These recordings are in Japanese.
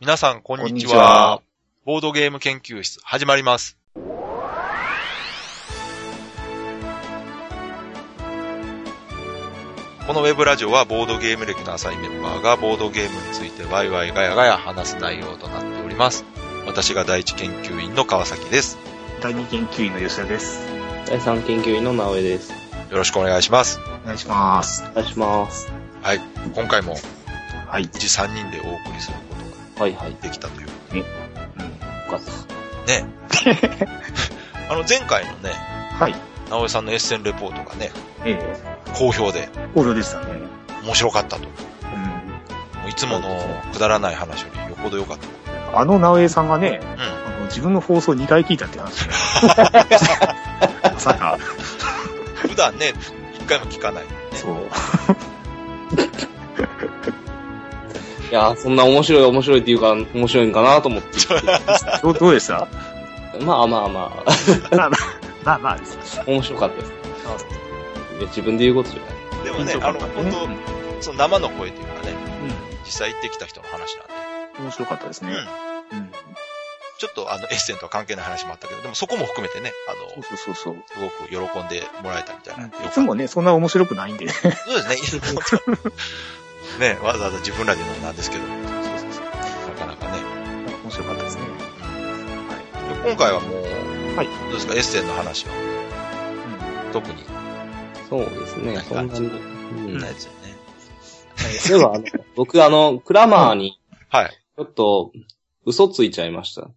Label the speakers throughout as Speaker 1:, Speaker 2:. Speaker 1: 皆さん、こんにちは。
Speaker 2: こんにちは
Speaker 1: ボードゲーム研究室、始まります。このウェブラジオは、ボードゲーム歴の浅いメンバーが、ボードゲームについてワイワイガヤガヤ話す内容となっております。私が第一研究員の川崎です。
Speaker 2: 第二研究員の吉田です。
Speaker 3: 第三研究員の直江です。
Speaker 1: よろしくお願いします。
Speaker 2: お願いします。
Speaker 3: お願いします。
Speaker 1: はい。今回も、
Speaker 2: はい。
Speaker 1: うち3人でお送りすることが
Speaker 3: はいはい。よ
Speaker 1: できたという。
Speaker 3: かった。
Speaker 1: ね。あの、前回のね、
Speaker 2: はい。
Speaker 1: 直江さんのエッセンレポートがね、
Speaker 2: ええ
Speaker 1: 好評で、
Speaker 2: 好評でしたね。
Speaker 1: 面白かったと。も
Speaker 2: うん。
Speaker 1: ういつものくだらない話よりよほど良かった。
Speaker 2: あの直江さんがね、
Speaker 1: うん。
Speaker 2: あの自分の放送2回聞いたっ て話ね。まさか。
Speaker 1: 普段ね、一回も聞かない。
Speaker 2: そう。
Speaker 3: いやー、そんな面白い面白いっていうか、面白いんかなと思って。
Speaker 2: どうどうでした
Speaker 3: まあまあまあ、
Speaker 2: まあ まあ、まあまあです。
Speaker 3: 面白かったです。いや、自分で言うことじゃない。
Speaker 1: でもね、あの、
Speaker 2: う
Speaker 1: 本
Speaker 2: ん
Speaker 1: 当その生の声というかね、実際行ってきた人の話なんで。
Speaker 2: 面白かったですね。
Speaker 1: うん。
Speaker 2: うん。
Speaker 1: ちょっとあの、エッセンとは関係ない話もあったけど、でもそこも含めてね、あの、
Speaker 2: そうそうそうそう。
Speaker 1: すごく喜んでもらえたみたいな。
Speaker 2: いつもね、そんな面白くないんで。
Speaker 1: そうですね。 ね、わざわざ自分らで言うのもなんですけど、なかなかね。
Speaker 2: 面白かったですね。
Speaker 1: で今回はもう、
Speaker 2: はい
Speaker 1: どうですか、エッセンの話は
Speaker 2: うん。
Speaker 1: 特に
Speaker 3: そうですね、そんなに。うん。
Speaker 1: ないですよね。
Speaker 3: では、あ の僕、あの、クラマーに、
Speaker 1: はい。
Speaker 3: ちょっと、嘘ついちゃいました。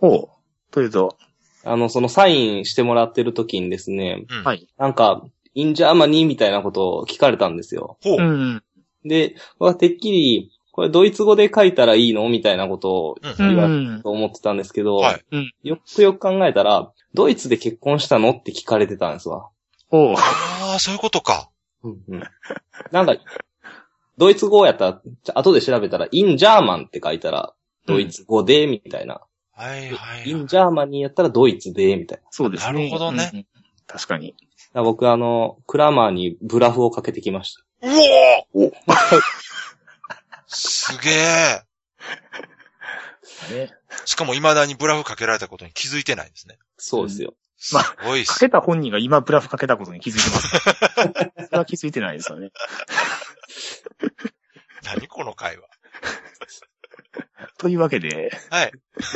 Speaker 2: ほう。というと、
Speaker 3: あの、そのサインしてもらってる時にですね、
Speaker 1: うん
Speaker 2: はい。
Speaker 3: なんか、インジャーマニーみたいなことを聞かれたんですよ。
Speaker 1: ほう。
Speaker 2: ん。
Speaker 3: で、僕はてっきり、これドイツ語で書いたらいいのみたいなことを
Speaker 1: うん
Speaker 2: うん。
Speaker 3: 言
Speaker 2: う
Speaker 3: われ
Speaker 2: ん。
Speaker 3: と思ってたんですけど、
Speaker 1: はい
Speaker 2: うん
Speaker 3: よくよく考えたら、ドイツで結婚したのって聞かれてたんですわ。
Speaker 2: ほう。
Speaker 1: ああ、そういうことか。
Speaker 3: うんうん、なんか、ドイツ語やったら、じゃ後で調べたら、インジャーマンって書いたら、ドイツ語で、みたいな。
Speaker 1: はいは
Speaker 3: イ
Speaker 1: い。
Speaker 3: ンジャーマンにやったらドイツで、みたいな。
Speaker 2: そうですね。
Speaker 1: なるほどね
Speaker 2: うん。確かに。
Speaker 3: だから僕、あの、クラマーにブラフをかけてきました。
Speaker 1: うおー
Speaker 2: お
Speaker 1: すげえ。
Speaker 2: ね。
Speaker 1: しかも未だにブラフかけられたことに気づいてないですね。
Speaker 3: そうですよ。
Speaker 1: す
Speaker 2: まあ
Speaker 1: ごいっ
Speaker 2: か
Speaker 1: す。
Speaker 2: けた本人が今ブラフかけたことに気づいてます。それは気づいてないですよね。
Speaker 1: 何この会話。
Speaker 2: というわけで、
Speaker 1: はい。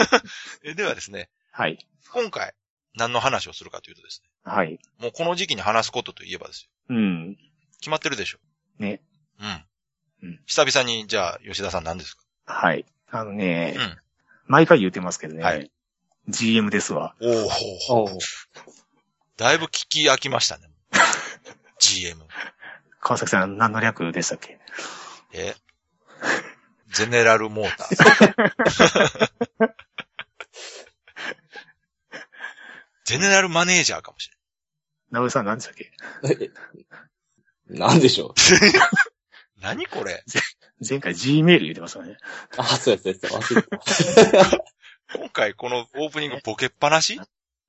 Speaker 1: えではですね、
Speaker 2: はい。
Speaker 1: 今回、何の話をするかというとです
Speaker 2: はい。
Speaker 1: ね、もうこの時期に話すことといえばですよ。
Speaker 2: うん。
Speaker 1: 決まってるでしょ。
Speaker 2: ね。
Speaker 1: うん。
Speaker 2: うん
Speaker 1: 久々に、じゃあ、吉田さん何ですか
Speaker 2: はい。あのね、
Speaker 1: うん
Speaker 2: 毎回言ってますけどね、
Speaker 1: はい
Speaker 2: GM ですわ。
Speaker 1: おー
Speaker 3: おう
Speaker 1: だいぶ聞き飽きましたね。GM。
Speaker 2: 川崎さん何の略でしたっけ
Speaker 1: えゼネラルモーター。ゼネラルマネージャーかもし
Speaker 2: 直江さん何でしたっけ
Speaker 3: なんでしょう。
Speaker 1: れない。何これ
Speaker 2: 前回 G メール言ってましたね。
Speaker 3: あ、そうやそうやそうや忘れてた。
Speaker 1: 今回このオープニングボケっぱなし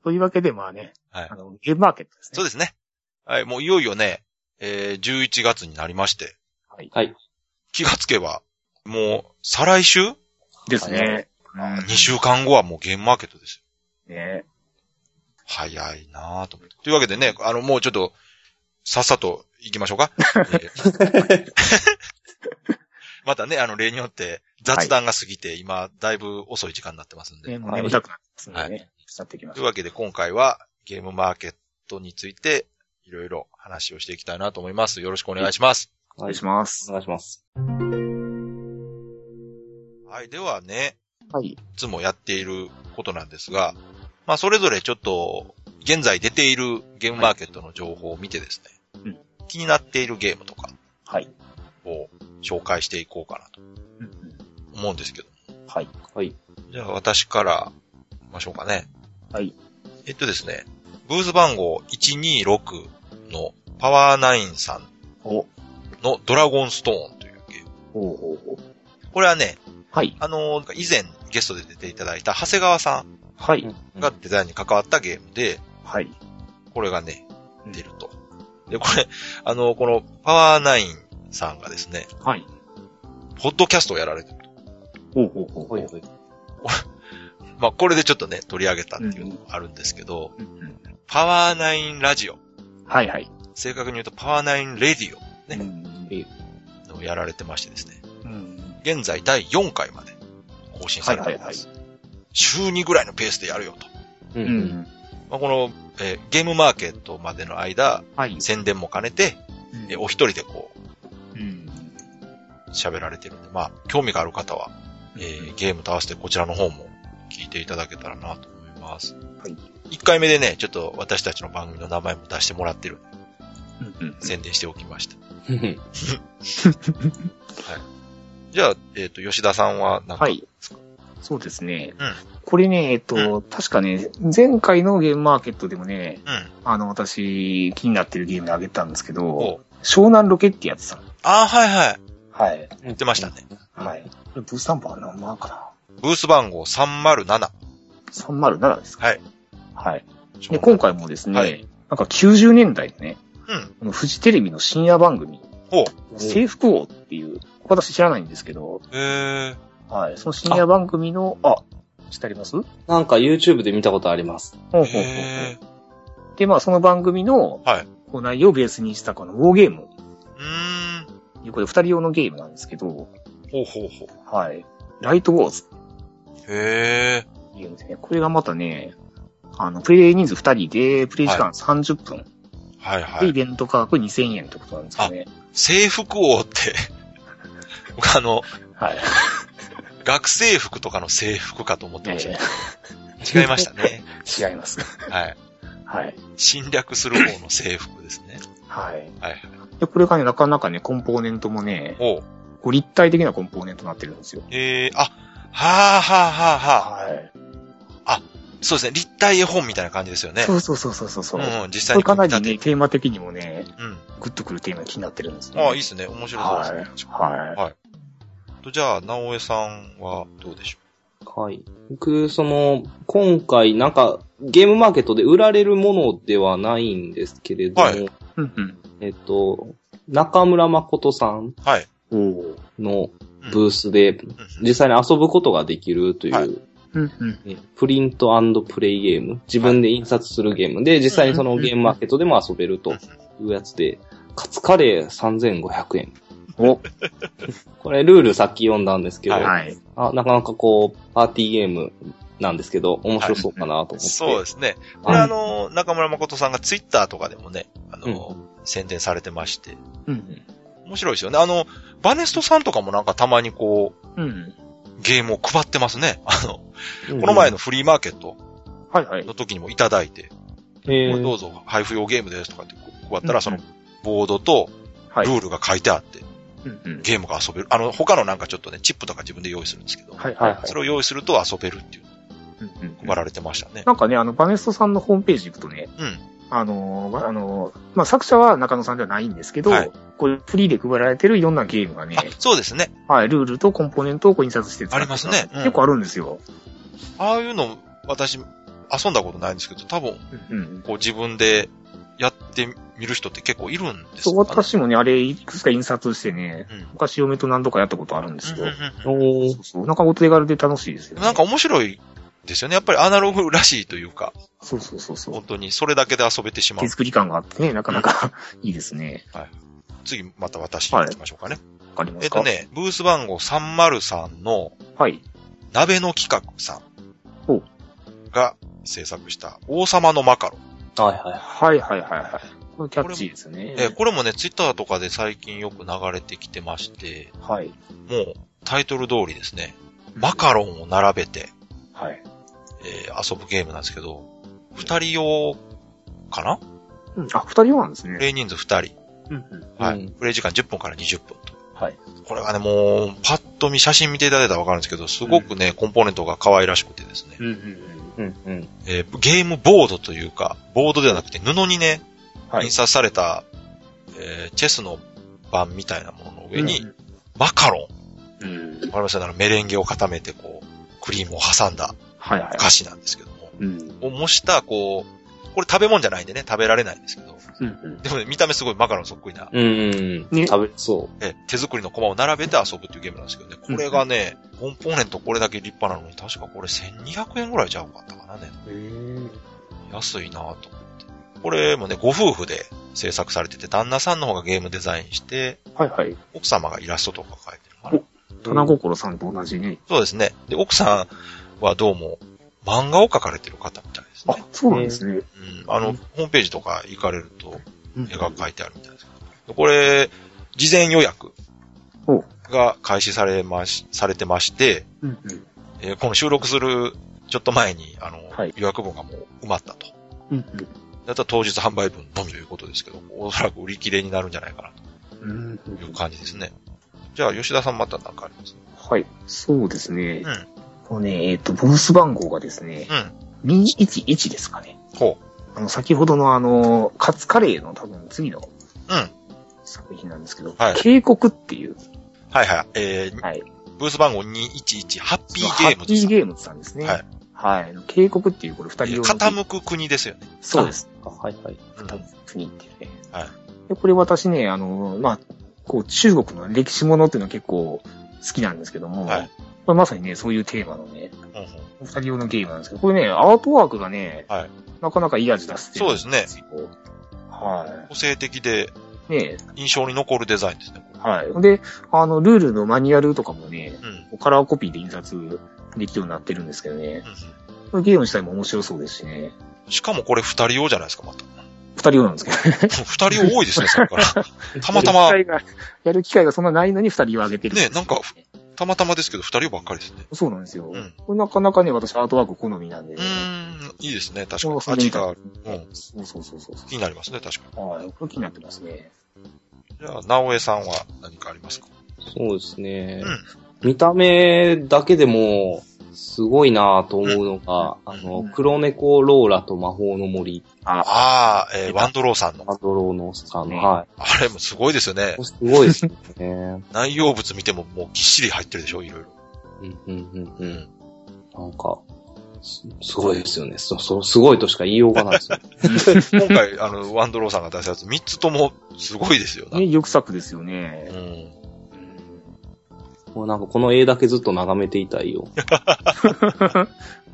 Speaker 2: というわけで、まあね、
Speaker 1: はい
Speaker 2: あの、ゲームマーケットです
Speaker 1: そう
Speaker 2: ね。
Speaker 1: ですね。はい、もういよいよね、えー、11月になりまして、
Speaker 3: はい。
Speaker 1: 気がつけば、もう、再来週
Speaker 2: ですね。うん
Speaker 1: 2週間後はもうゲームマーケットですよ。
Speaker 2: ね。
Speaker 1: 早いなぁと思って。というわけでね、あの、もうちょっと、さっさと行きましょうか。えー またね、あの、例によって雑談が過ぎて、今、だいぶ遅い時間になってますんで。
Speaker 2: ねもう眠たくなってますんでね。
Speaker 1: は
Speaker 2: 伝っていきま
Speaker 1: とい
Speaker 2: し
Speaker 1: う
Speaker 2: ょう。
Speaker 1: わけで、今回はゲームマーケットについて、いろいろ話をしていきたいなと思います。よろしくお願いします。
Speaker 2: お
Speaker 3: お
Speaker 2: 願いします
Speaker 3: お。願いします。
Speaker 1: はい、ではね、
Speaker 2: はい。
Speaker 1: いつもやっていることなんですが、まあ、それぞれちょっと、現在出ているゲームマーケットの情報を見てですね、
Speaker 2: うん
Speaker 1: 気になっているゲームとか、
Speaker 2: はい。
Speaker 1: を紹介していこうかなと
Speaker 2: うん
Speaker 1: 思うんですけど。
Speaker 2: はい。
Speaker 3: はい。
Speaker 1: じゃあ私から行きましょうかね。
Speaker 2: はい。
Speaker 1: えっとですね、ブース番号126のパワーナインさん
Speaker 2: お、
Speaker 1: のドラゴンストーンというゲーム。
Speaker 2: おうおうおう
Speaker 1: これはね、
Speaker 2: はい。
Speaker 1: あのー以前ゲストで出ていただいた長谷川さん
Speaker 2: は
Speaker 3: う
Speaker 2: い。
Speaker 3: ん
Speaker 1: がデザインに関わったゲームで、
Speaker 2: はい。
Speaker 1: これがね、
Speaker 2: うん
Speaker 1: 出ると。で、これ、あのーこのパワーナインさんがですね、
Speaker 2: はい。
Speaker 1: ポッドキャストをやられてる。
Speaker 2: ほうほうほうほ。
Speaker 3: ほいうほい。
Speaker 1: まあ、これでちょっとね、取り上げたっていうのがあるんですけど、
Speaker 2: うんうん
Speaker 1: パワーナインラジオ。
Speaker 2: はいはい。
Speaker 1: 正確に言うとパワーナインレディね
Speaker 2: うん
Speaker 1: オをやられてましてですね。
Speaker 2: うん
Speaker 1: 現在第4回まで更新されております。週2ぐらいのペースでやるよと。
Speaker 3: うん
Speaker 2: う
Speaker 3: うん。
Speaker 2: ん。
Speaker 1: まあ、この、えーゲームマーケットまでの間、
Speaker 2: はい。
Speaker 1: 宣伝も兼ねて、えーお一人でこう、
Speaker 2: うん。
Speaker 1: 喋られてるんで、まあ、興味がある方は、えーゲームと合わせてこちらの方も聞いていただけたらなと思います。
Speaker 2: はい
Speaker 1: 1回目でね、ちょっと私たちの番組の名前も出してもらってるんで
Speaker 2: うんうん
Speaker 1: 宣伝しておきました。
Speaker 3: うん
Speaker 1: じゃあ、えっ、と、吉田さんはなんか、
Speaker 2: はい。そうですね。
Speaker 1: うん
Speaker 2: これね、えっと、確かね、前回のゲームマーケットでもね、
Speaker 1: うん。
Speaker 2: あの、私、気になってるゲームあげたんですけ
Speaker 1: お
Speaker 2: ど、湘南ロケってやつさん。
Speaker 1: ああ、はいはい。
Speaker 2: はい。
Speaker 1: 言ってましたね。
Speaker 2: はい。これブースタンバー何番かな
Speaker 1: ブース番号307。
Speaker 2: ?307 ですか
Speaker 1: はい。
Speaker 2: はい。で、今回もですね、
Speaker 1: はい
Speaker 2: なんか90年代のね、
Speaker 1: うん。
Speaker 2: このフジテレビの深夜番組、
Speaker 1: ほう。
Speaker 2: 制服王っていう、私知らないんですけど、
Speaker 1: えー、
Speaker 2: はい。その深夜番組の、あ、知ってありますほう
Speaker 3: なんか YouTube で見たことあります。
Speaker 2: ほうほうほ
Speaker 1: えー、
Speaker 2: う。で、まあその番組の、
Speaker 1: はい
Speaker 2: こう内容をベースにしたこのウォーゲーム、
Speaker 1: うーん。
Speaker 2: ということで二人用のゲームなんですけど、
Speaker 1: ほうほうほう。
Speaker 2: はい。ライトウォーズ
Speaker 1: へえ。
Speaker 2: っていうんですね。これがまたね、あの、プレイ人数二人で、プレイ時間30分。
Speaker 1: はいは
Speaker 2: で、イ
Speaker 1: い。
Speaker 2: ベント価格2000円ってことなんですよね。
Speaker 1: 制服王って、 僕あの、
Speaker 2: はい。
Speaker 1: 学生服とかの制服かと思ってました
Speaker 2: え
Speaker 1: ね。違いましたね。
Speaker 2: ー違います。
Speaker 1: はい。
Speaker 2: はい。
Speaker 1: 侵略する方の制服ですね。
Speaker 2: はい。
Speaker 1: はいはい。
Speaker 2: で、これがね、なかなかね、コンポーネントもね、
Speaker 1: ほう。
Speaker 2: こう立体的なコンポーネントになってるんですよ。
Speaker 1: えー、あ、はあはあはあはあ。
Speaker 2: はい。
Speaker 1: そうですね。立体絵本みたいな感じですよね。
Speaker 2: そうそうそうそうそう。そううん
Speaker 1: うん、実際
Speaker 2: これ
Speaker 1: に
Speaker 2: か
Speaker 1: 組み
Speaker 2: なり
Speaker 1: 立
Speaker 2: ね、
Speaker 1: てて。
Speaker 2: テーマ的にもね、
Speaker 1: うん。
Speaker 2: グッとくるテーマが気になってるんですね。
Speaker 1: ああ、いい
Speaker 2: い
Speaker 1: ですね。面白そうですね
Speaker 2: はい。。
Speaker 1: い
Speaker 2: は
Speaker 1: とじゃあ、直江さんはどうでしょ
Speaker 3: はい。僕、その、今回、なんか、ゲームマーケットで売られるものではないんですけれども、
Speaker 1: はい
Speaker 2: い。うんうん。
Speaker 3: えっと、中村誠さん
Speaker 1: うはい。
Speaker 2: おお。
Speaker 3: の
Speaker 1: うん
Speaker 3: ブースで、
Speaker 1: うん
Speaker 3: 実際に遊ぶことができるという、
Speaker 1: は
Speaker 2: うんうん。
Speaker 3: ねプリントプレイゲーム、自分で印刷するゲームで、実際にそのゲームマーケットでも遊べるというやつで、カツカレー3500円。
Speaker 2: お、
Speaker 3: これルールさっき読んだんですけど、
Speaker 2: はい。
Speaker 3: あなかなかこう、パーティーゲームなんですけど、面白そうかなと思って。
Speaker 1: そうですね。こ
Speaker 3: あ
Speaker 1: れ
Speaker 3: の
Speaker 1: あの、中村誠さんがツイッターとかでもね、あの、宣伝されてまして、
Speaker 2: うん
Speaker 1: 面白いですよね。あの、バネストさんとかもなんかたまにこう、
Speaker 2: うん。うん。
Speaker 1: ゲームを配ってますね。あの、
Speaker 3: うん
Speaker 1: この前のフリーマーケット
Speaker 2: はいはい。
Speaker 1: の時にもいただいて、
Speaker 3: え
Speaker 1: これど
Speaker 3: ー
Speaker 1: うぞ配布用ゲームですとかって配った
Speaker 2: う
Speaker 1: ら、
Speaker 2: ん
Speaker 1: そのボードと
Speaker 2: は
Speaker 1: ル
Speaker 2: い。
Speaker 1: ールが書いてあって、
Speaker 2: うんうん。
Speaker 1: ゲームが遊べる。あの、他のなんかちょっとね、チップとか自分で用意するんですけど、
Speaker 2: はいは
Speaker 3: はいい。はい。
Speaker 1: それを用意すると遊べるっていう、
Speaker 2: うんうん
Speaker 1: 配られてましたね。
Speaker 2: なんかね、あの、バネストさんのホームページ行くとね、
Speaker 1: うん
Speaker 2: あのー、まあのー、まあ、作者は中野さんではないんですけど、
Speaker 1: はい
Speaker 2: こういうフリーで配られてるいろんなゲームがね
Speaker 1: あ、、そうですね。
Speaker 2: はい、ルールとコンポーネントをこう印刷して使って
Speaker 1: ありますねうん
Speaker 2: 結構あるんですよ。
Speaker 1: ああいうの、私、遊んだことないんですけど、多分、
Speaker 2: うんうん。
Speaker 1: こう自分でやってみる人って結構いるんです
Speaker 2: そう、
Speaker 1: よ、ね。
Speaker 2: 私もね、あれ、いくつか印刷してね、
Speaker 1: うん。
Speaker 2: 昔嫁と何度かやったことあるんです
Speaker 1: うん
Speaker 2: よ
Speaker 1: う。んうん
Speaker 3: おー
Speaker 2: そうそう、なんかお手軽で楽しいですよ、ね。
Speaker 1: なんか、面白いですよね。やっぱりアナログらしいというか、
Speaker 2: そうそうそうそう
Speaker 1: 本。当にそれだけで遊べてしまう
Speaker 2: 手。作り感があってね、なかなかいいですね。
Speaker 1: 次、また私行きましょうかね。
Speaker 2: わかりま
Speaker 1: えっ
Speaker 2: すか
Speaker 1: とね、ブース番号303の
Speaker 2: はい。
Speaker 1: 鍋の企画さ
Speaker 2: ほ
Speaker 1: ん
Speaker 2: う
Speaker 1: が制作した王様のマカロン。
Speaker 3: はいは
Speaker 2: は
Speaker 3: い。
Speaker 2: いはいはいはい。これキャッチーですね。
Speaker 1: えーこれもね、ツイッターとかで最近よく流れてきてまして、
Speaker 2: はい。
Speaker 1: もうタイトル通りですね、マカロンを並べて、
Speaker 2: はい。
Speaker 1: えー遊ぶゲームなんですけど、二人用かな
Speaker 2: うんあ、二人用なんです
Speaker 1: プ
Speaker 2: ね。
Speaker 1: レイ人数二人。
Speaker 2: うんうん。
Speaker 1: は
Speaker 3: う
Speaker 1: い
Speaker 3: ん。
Speaker 1: プレイ時間10分から20分と。
Speaker 2: はい。
Speaker 1: これがね、もう、パッと見、写真見ていただいたらわかるんですけど、すごくね、コンポーネントが可愛らしくてですね、
Speaker 2: うんうんうん。
Speaker 3: うんうん。
Speaker 1: えーゲームボードというか、ボードではなくて布にね、
Speaker 2: はい
Speaker 1: 印。刷された、えーチェスの盤みたいなものの上に、
Speaker 2: うん
Speaker 1: マカロン。
Speaker 2: うん。
Speaker 1: わかりましたあのメレンゲを固めて、こう、クリームを挟んだ
Speaker 2: はいはい。
Speaker 1: 菓子なんですけども、
Speaker 2: うん。
Speaker 1: を模した、こう、これ食べ物じゃないんでね、食べられないんですけど。
Speaker 2: うんうん。
Speaker 1: でもね、見た目すごいマカロンそっくりな、
Speaker 3: うん。
Speaker 2: ね
Speaker 3: 食べそ
Speaker 1: え手作りの駒を並べて遊ぶっていうゲームなんですけどね、これがね、コンポーネントこれだけ立派なのに、確かこれ1200円ぐらいちゃうかったかなね。
Speaker 3: う。うん。
Speaker 1: 安いなぁと思って。これもね、ご夫婦で制作されてて、旦那さんの方がゲームデザインして、
Speaker 2: はいはい。
Speaker 1: 奥様がイラストとか描いてるのかな。
Speaker 2: 棚心さんと同じね。
Speaker 1: そうですね。で、奥さんはどうも漫画を描かれてる方みたいです
Speaker 2: あ
Speaker 1: ね。、
Speaker 2: そうなんですね。
Speaker 1: うん、あの、ホームページとか行かれると
Speaker 2: うん
Speaker 1: 絵が描いてあるみたいですけど。これ、事前予約
Speaker 2: お
Speaker 1: が開始されまし、されてまして、
Speaker 2: うんうん。
Speaker 1: えーこの収録するちょっと前に、あの、
Speaker 3: はい
Speaker 1: 予約分がもう埋まったと。
Speaker 2: うん
Speaker 1: だったら当日販売分のみということですけど、おそらく売り切れになるんじゃないかな
Speaker 2: うん。う
Speaker 1: というん感じですね。じゃあ、吉田さんまた何かあります
Speaker 2: はい。そうですね
Speaker 1: う。ん。
Speaker 2: このね、えっと、ボース番号がですね、
Speaker 1: うん。
Speaker 2: 211ですかね。
Speaker 1: ほ
Speaker 2: あの、先ほどのあの、カツカレーの多分次の
Speaker 1: う。うん。はい
Speaker 2: 作品なんですけど、
Speaker 1: はい
Speaker 2: 警告っていう、
Speaker 1: はい。えー、
Speaker 2: はい。
Speaker 1: ブース番号211、ハッピー
Speaker 2: ハ
Speaker 1: ゲーム
Speaker 2: ッ
Speaker 1: ズ
Speaker 2: ピ
Speaker 1: さ
Speaker 2: ー
Speaker 1: ん。
Speaker 2: ゲームズさんですね。
Speaker 1: は
Speaker 2: はいい。はい。警告っていう、これ二人用の。
Speaker 1: 傾く国ですよね。
Speaker 2: そうです。
Speaker 3: あはいはい。
Speaker 1: うん
Speaker 2: 多分国っていうね。
Speaker 1: はい
Speaker 2: で、これ私ね、あの、まあ、こう、中国の歴史ものっていうのは結構好きなんですけども、
Speaker 1: はい
Speaker 2: これまさにね、そういうテーマのね、
Speaker 1: うんうん
Speaker 2: お二人用のゲームなんですけど、これね、アートワークがね、
Speaker 1: はい
Speaker 2: なかなかいい味出す
Speaker 1: そうですね。
Speaker 2: すね。は
Speaker 1: 個性的で
Speaker 2: い。ね
Speaker 1: 印象に残るデザインですね。
Speaker 2: はい。ほんで、あの、ルールのマニュアルとかもね、
Speaker 1: うん。うん
Speaker 2: カラーコピーで印刷できるようになってるんですけどね、
Speaker 1: う
Speaker 2: これゲーム自体も面白そうですしね、
Speaker 1: ん。しかもこれ二人用じゃないですか、また。
Speaker 2: 二人用なんですけどね。
Speaker 1: 二人多いですね、それから。たまたま
Speaker 2: やる機会が、 やる機会がそんなないのに二人用あげてる。
Speaker 1: ねなんかたまたまですけど、二人ばっかりですね。
Speaker 2: そうなんですよ。
Speaker 1: うん
Speaker 2: これなかなかね、私アートワーク好みなんで
Speaker 1: う
Speaker 2: ね。
Speaker 1: ーん、いいですね、確か
Speaker 2: そう
Speaker 1: に。
Speaker 2: そう
Speaker 1: 味がある。うん。
Speaker 2: そうそうそうそう
Speaker 1: 気になりますね、確かに。
Speaker 2: はい。これ気になってますね。
Speaker 1: じゃあ、直江さんは何かありますか
Speaker 3: そうですね。
Speaker 1: うん
Speaker 3: 見た目だけでも、すごいなぁと思うのが、
Speaker 1: うん
Speaker 3: あ
Speaker 2: う
Speaker 3: の
Speaker 2: ん、
Speaker 3: 黒猫ローラと魔法の森、
Speaker 2: あ、
Speaker 1: ああ、えーワンドローさんの。
Speaker 3: アドローノさんの、
Speaker 2: ね
Speaker 3: は
Speaker 1: あれもすごいですよね
Speaker 3: い。。すごいですね。
Speaker 1: 内容物見てももうぎっしり入ってるでしょ、いろいろ。
Speaker 3: うん、うん、う、
Speaker 1: うん
Speaker 3: うん。なんか、すすごいですよね。そ、そ、すごいとしか言いようがないですよ。
Speaker 1: 今回、あの、ワンドローさんが出したやつ、3つともすごいですよ。なん
Speaker 2: ね、
Speaker 1: か
Speaker 2: 欲作ですよ
Speaker 1: う
Speaker 2: ね。
Speaker 1: ん。
Speaker 3: もうなんかこの絵だけずっと眺めていたいよ。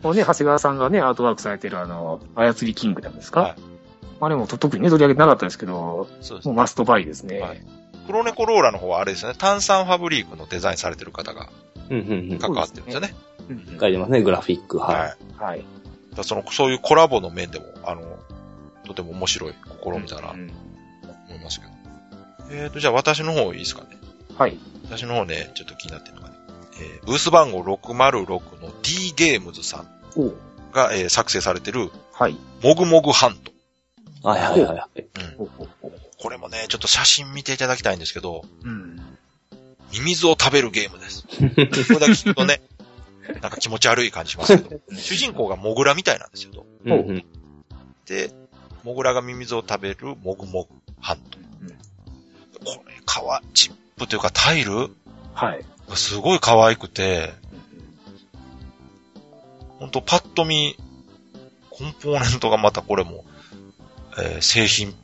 Speaker 2: もうね、長谷川さんがね、アートワークされてるあの、操りキングダムですか、
Speaker 1: はい
Speaker 2: あれもと特にね、取り上げてなかったんですけど、
Speaker 1: そうです
Speaker 2: もう
Speaker 1: ね。
Speaker 2: マストバイですね。
Speaker 1: はい黒猫ローラの方はあれですね、炭酸ファブリークのデザインされてる方が
Speaker 3: うん、うん、うん。
Speaker 1: 関わってるんですよね。
Speaker 2: うん
Speaker 3: 書いてますね、グラフィック。はい。
Speaker 1: はい。
Speaker 2: はい。
Speaker 1: だからその、そういうコラボの面でも、あの、とても面白い試みだな
Speaker 2: う、ん
Speaker 1: 思いますけど。えーと、じゃあ私の方いいですかね。
Speaker 2: はい。
Speaker 1: 私の方ね、ちょっと気になってるのがね、えーブース番号606の D ゲームズさん
Speaker 2: おう
Speaker 1: が、えー作成されてる、
Speaker 2: はい。
Speaker 1: もぐもぐハント。
Speaker 3: はい、はい、はいはい。
Speaker 1: うん
Speaker 2: おうおうおう
Speaker 1: これもね、ちょっと写真見ていただきたいんですけど、
Speaker 2: うん。
Speaker 1: ミミズを食べるゲームです。 これだけ聞くとね、なんか気持ち悪い感じしますけ ど、主人公がモグラみたいなんですよ。と
Speaker 3: うん、うん。
Speaker 1: で、モグラがミミズを食べるもぐもぐハント。これ、皮、チップというかタイル
Speaker 2: はい。
Speaker 1: がすごい可愛くて、ほんとパッと見、コンポーネントがまたこれも、えー製品、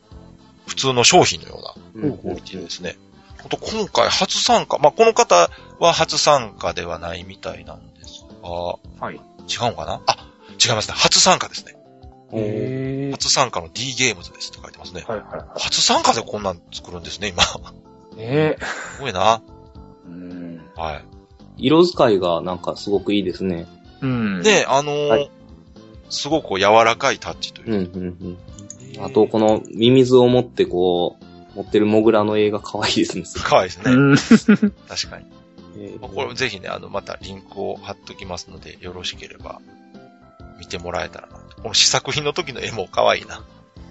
Speaker 1: 普通の商品のよう
Speaker 3: うん
Speaker 1: なクオリティですね。ほんと今回初参加、まあ、この方は初参加ではないみたいなんですが、
Speaker 2: はい。
Speaker 1: 違うのかなあ、違いますね。初参加ですね。
Speaker 3: うん
Speaker 2: へー
Speaker 1: 初参加の D ゲームズですって書いてますね。
Speaker 2: はいはいは
Speaker 1: 初参加でこんなん作るんですね、今。す
Speaker 2: い。ねえ。
Speaker 1: ごいな。
Speaker 2: うん。
Speaker 1: はい。
Speaker 3: 色使いがなんかすごくいいですね。
Speaker 2: うん。
Speaker 1: で、あのー
Speaker 3: はい
Speaker 1: すごくこう柔らかいタッチというう。
Speaker 3: ん、うん、うん。あと、このミミズを持ってこう、持ってるモグラの映画可愛いですね。
Speaker 1: かわいいですね。
Speaker 2: うん。
Speaker 1: 確かに。
Speaker 3: え
Speaker 1: まあ、これぜひね、あの、またリンクを貼っときますので、よろしければ、見てもらえたらな。この試作品の時の絵も可愛いな。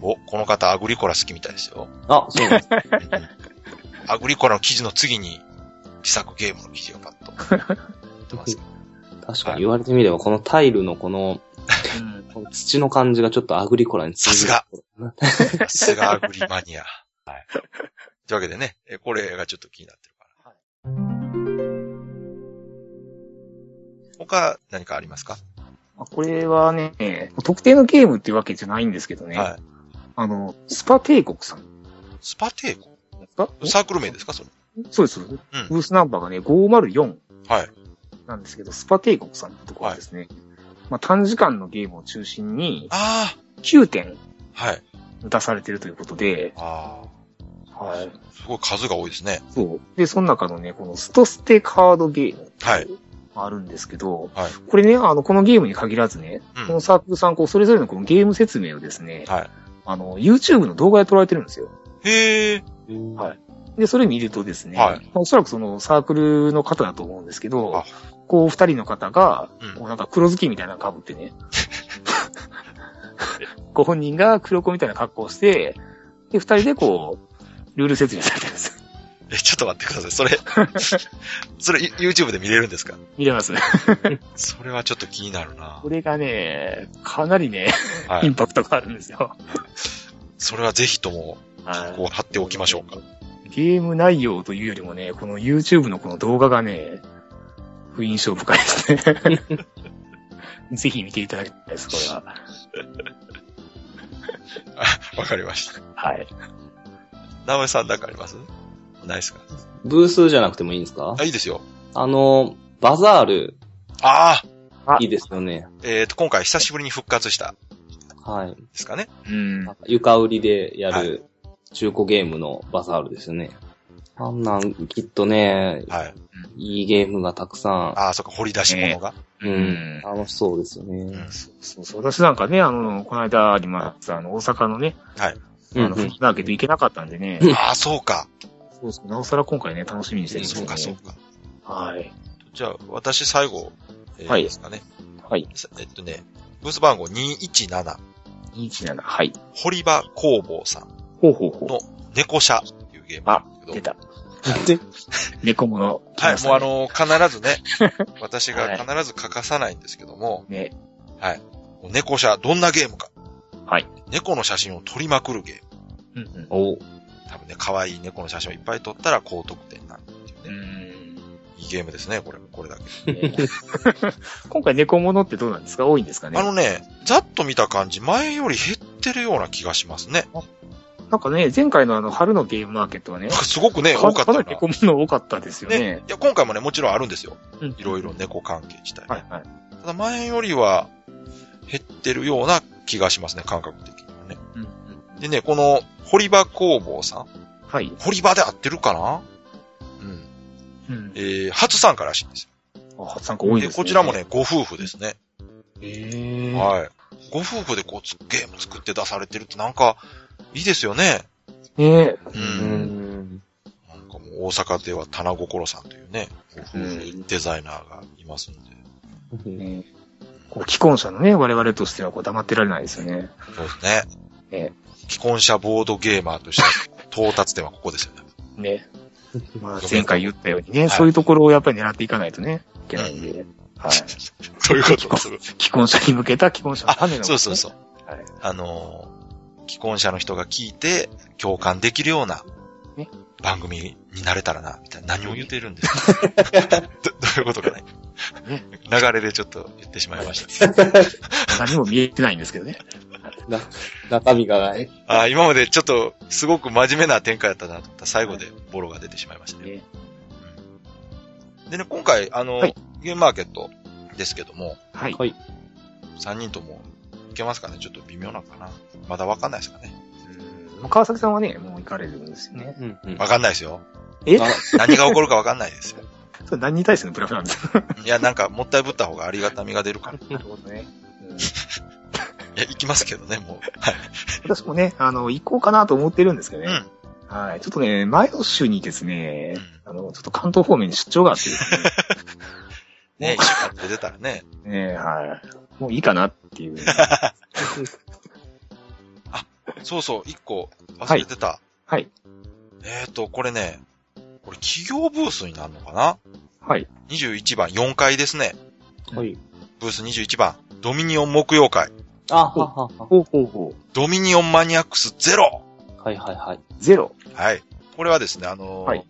Speaker 1: お、この方、アグリコラ好きみたいですよ。
Speaker 3: あ、そうなんです。
Speaker 1: アグリコラの記事の次に、自作ゲームの記事がパッと。出ますけど
Speaker 3: 確かに言われてみれば、このタイルのこの、
Speaker 2: うん
Speaker 3: この土の感じがちょっとアグリコラに通じる。
Speaker 1: ささすがアグリマニア。はい。というわけでね、えこれがちょっと気になってるから。
Speaker 2: は
Speaker 1: 他、何かありますか
Speaker 2: まあこれはね、特定のゲームっていうわけじゃないんですけどね、
Speaker 1: はい。
Speaker 2: あの、スパ帝国さん
Speaker 1: スパ帝国
Speaker 2: ですか
Speaker 1: サークル名ですかそれ。
Speaker 2: そうです。ブースナンバーがね、504
Speaker 1: はい。
Speaker 2: なんですけど、スパ帝国さんってところですね。まあ、短時間のゲームを中心に
Speaker 1: あ
Speaker 2: 9点
Speaker 1: あ、はい。
Speaker 2: 出されてるということで、
Speaker 1: あ
Speaker 2: はい。
Speaker 1: あ、すごい数が多いですね。
Speaker 2: そう。で、その中のね、このストステカードゲーム
Speaker 1: はい。
Speaker 2: があるんですけど、
Speaker 1: はい
Speaker 2: これね、あの、このゲームに限らずね、
Speaker 1: うん
Speaker 2: このサークルさん、こう、それぞれのこのゲーム説明をですね、
Speaker 1: は
Speaker 2: あの、YouTube の動画で撮られてるんですよ。
Speaker 1: い。へえ、
Speaker 2: はいで、それ見るとですね、
Speaker 1: はい
Speaker 2: まあおそらくそのサークルの方だと思うんですけど
Speaker 1: あ、
Speaker 2: こう、二人の方が、
Speaker 1: うん
Speaker 2: こうなんか黒ずきんみたいなの被ってね、ご本人が黒子みたいな格好をして、で、二人でこう、ルール説明されてるんですよ。
Speaker 1: え、ちょっと待ってください。それ、 それ YouTube で見れるんですか
Speaker 2: 見れます。
Speaker 1: それはちょっと気になるな
Speaker 2: こ。れがね、かなりね、
Speaker 1: は
Speaker 2: イン
Speaker 1: い。
Speaker 2: パクトがあるんですよ。
Speaker 1: それはぜひとも、こう貼っておきましょうか。
Speaker 2: ゲーム内容というよりもね、この YouTube のこの動画がね、不印象深いですね。ぜひ見ていただきたいです、これは。
Speaker 1: わかりました。
Speaker 2: はい。
Speaker 1: 直江さんなんかありますないですか
Speaker 3: ブースじゃなくてもいいんですか
Speaker 1: あ、いいですよ。
Speaker 3: あの、バザール、
Speaker 1: ああ、
Speaker 3: いいですよね。
Speaker 1: えっ、と、今回久しぶりに復活した、
Speaker 3: はい。
Speaker 1: ですかね。
Speaker 2: うん
Speaker 3: なん。か床売りでや
Speaker 1: は
Speaker 3: る中古ゲームのバザールですよね。あんなん、きっとね、
Speaker 1: はい。
Speaker 3: いいゲームがたくさ
Speaker 1: ああ、そっか、掘り出し物が。
Speaker 3: ん、うん、楽しそうですよね。
Speaker 2: そうそう。私なんかね、あの、この間あります、あの、大阪のね、
Speaker 1: はい。
Speaker 2: あ
Speaker 3: うん
Speaker 2: の、
Speaker 3: うん
Speaker 2: フリーマーケット行けなかったんでね、
Speaker 1: ああ、そうか。
Speaker 2: そうそう、なおさら今回ね、楽しみにしてるんです
Speaker 1: そ
Speaker 2: よ
Speaker 1: う
Speaker 2: ね
Speaker 1: か、そうか。
Speaker 2: はい。
Speaker 1: じゃあ、私最後、えー
Speaker 2: はい
Speaker 1: ですかね。
Speaker 2: はい。
Speaker 1: さえっとね、ブース番号217、
Speaker 2: 217、はい。
Speaker 1: 堀場工房さん、
Speaker 2: ほうほうほ
Speaker 1: の猫車っていうゲームなんですけ
Speaker 2: う。出
Speaker 1: ど、
Speaker 2: た。猫物。
Speaker 1: はい、もうあの、
Speaker 2: の、
Speaker 1: 必ずね、 私が必ず欠かさないんですけども、
Speaker 2: ね、
Speaker 1: 猫車、どんなゲームか。
Speaker 2: はい。
Speaker 1: 猫の写真を撮りまくるゲーム。
Speaker 2: うんうん。
Speaker 3: お、
Speaker 1: 多分ね、可愛い猫の写真をいっぱい撮ったら高得点になるってい
Speaker 2: う
Speaker 1: うね。
Speaker 2: ん
Speaker 1: いいゲームですね、これ、これだけ。
Speaker 2: ね 今回猫物ってどうなんですか多いんですかね
Speaker 1: あのね、ざっと見た感じ、前より減ってるような気がしますね。
Speaker 2: なんかね、前回のあの、春のゲームマーケットはね
Speaker 1: なん、かすごくね、
Speaker 2: か
Speaker 1: 多かった
Speaker 2: か
Speaker 1: よ
Speaker 2: な
Speaker 1: な
Speaker 2: り猫物多かったですよ
Speaker 1: ね
Speaker 2: ね。、
Speaker 1: いや、今回もね、もちろんあるんですよ。
Speaker 2: うん
Speaker 1: いろいろ。猫関係自体。
Speaker 2: はいはい。
Speaker 1: ただ前よりは減ってるような気がしますね、感覚的にはね。
Speaker 2: うんうん
Speaker 1: でね、この、堀場工房さん。
Speaker 2: はい。
Speaker 1: 堀場で合ってるかなうん。
Speaker 2: うん
Speaker 1: え。ー、初参加らしいんですよ。
Speaker 2: あ、初参加多い
Speaker 1: で
Speaker 2: ですね。
Speaker 1: こちらも。ね、ご夫婦ですね。
Speaker 2: ええ。
Speaker 1: はい。ご夫婦でこうつ、ゲーム作って出されてるってなんか、いいですよね。
Speaker 2: ね
Speaker 1: う。
Speaker 3: うんん、
Speaker 1: なんかもう大阪では棚心さんというね、ご夫婦デザイナーがいますんで。
Speaker 2: え。ねこう、既婚者のね、我々としてはこう黙ってられないですよね。
Speaker 1: そうですね。
Speaker 2: え
Speaker 1: 既婚者ボードゲーマーとしての到達点はここですよね。
Speaker 2: ね。 まあ
Speaker 1: ごめん、
Speaker 2: 前回言ったように
Speaker 1: い
Speaker 2: ね、そういうところをやっぱり狙っていかないとね、いけないんで。はい。
Speaker 1: ということです。
Speaker 2: 既婚者に向けた既婚者のための。
Speaker 1: そうそうそう。
Speaker 2: はい。
Speaker 1: あのー既婚者の人が聞いて共感できるような
Speaker 2: ね
Speaker 1: 番組になれたらな、みたいな。何を言っているんです かどどういうことかね
Speaker 2: ね。
Speaker 1: 流れでちょっと言ってしまいましたけど。
Speaker 2: 何も見えてないんですけどね。
Speaker 3: な中身がない。
Speaker 1: あー今までちょっとすごく真面目な展開だったなと思ったら最後でボロが出てしまいましたね。
Speaker 2: ね
Speaker 1: でね、今回、あのー
Speaker 2: はい
Speaker 1: ゲームマーケットですけども、
Speaker 2: はい。
Speaker 3: はい。
Speaker 1: 3人ともいけますかねちょっと微妙なのかなまだわかんないですかね
Speaker 2: うん川崎さんはね、もう行かれるんですよね。
Speaker 3: うんうん
Speaker 1: わかんないですよ。
Speaker 2: え
Speaker 3: あ
Speaker 1: 何が起こるかわかんないですよ。
Speaker 2: それ何に対してのブラフなんですか
Speaker 1: いや、なんか、もったいぶった方がありがたみが出るから。い
Speaker 2: なるほどね。うん
Speaker 1: や、行きますけどね、もう。はい。
Speaker 2: 私もね、あの、行こうかなと思ってるんですけど
Speaker 1: う
Speaker 2: ね。
Speaker 1: ん。
Speaker 2: はい。ちょっとね、前の週にですね
Speaker 1: うん、
Speaker 2: あの、ちょっと関東方面に出張があってですね
Speaker 1: ね、一緒に出たらね。
Speaker 2: ねえ、はい。もういいかなっ ていう。
Speaker 1: そうそう、一個忘れてた。
Speaker 2: はい。
Speaker 1: えっ、ー、と、これね、これ企業ブースになるのかな
Speaker 2: はい。
Speaker 1: ?21 番、4階ですね。
Speaker 3: はい。
Speaker 1: ブース21番、ドミニオン木曜会。
Speaker 3: あ、ははは。
Speaker 2: ほうほうほ
Speaker 1: ドミニオンマニアックスゼロ
Speaker 3: はいはいはい。
Speaker 2: う。ゼロ。
Speaker 1: はい。これはですね、あのー
Speaker 2: はい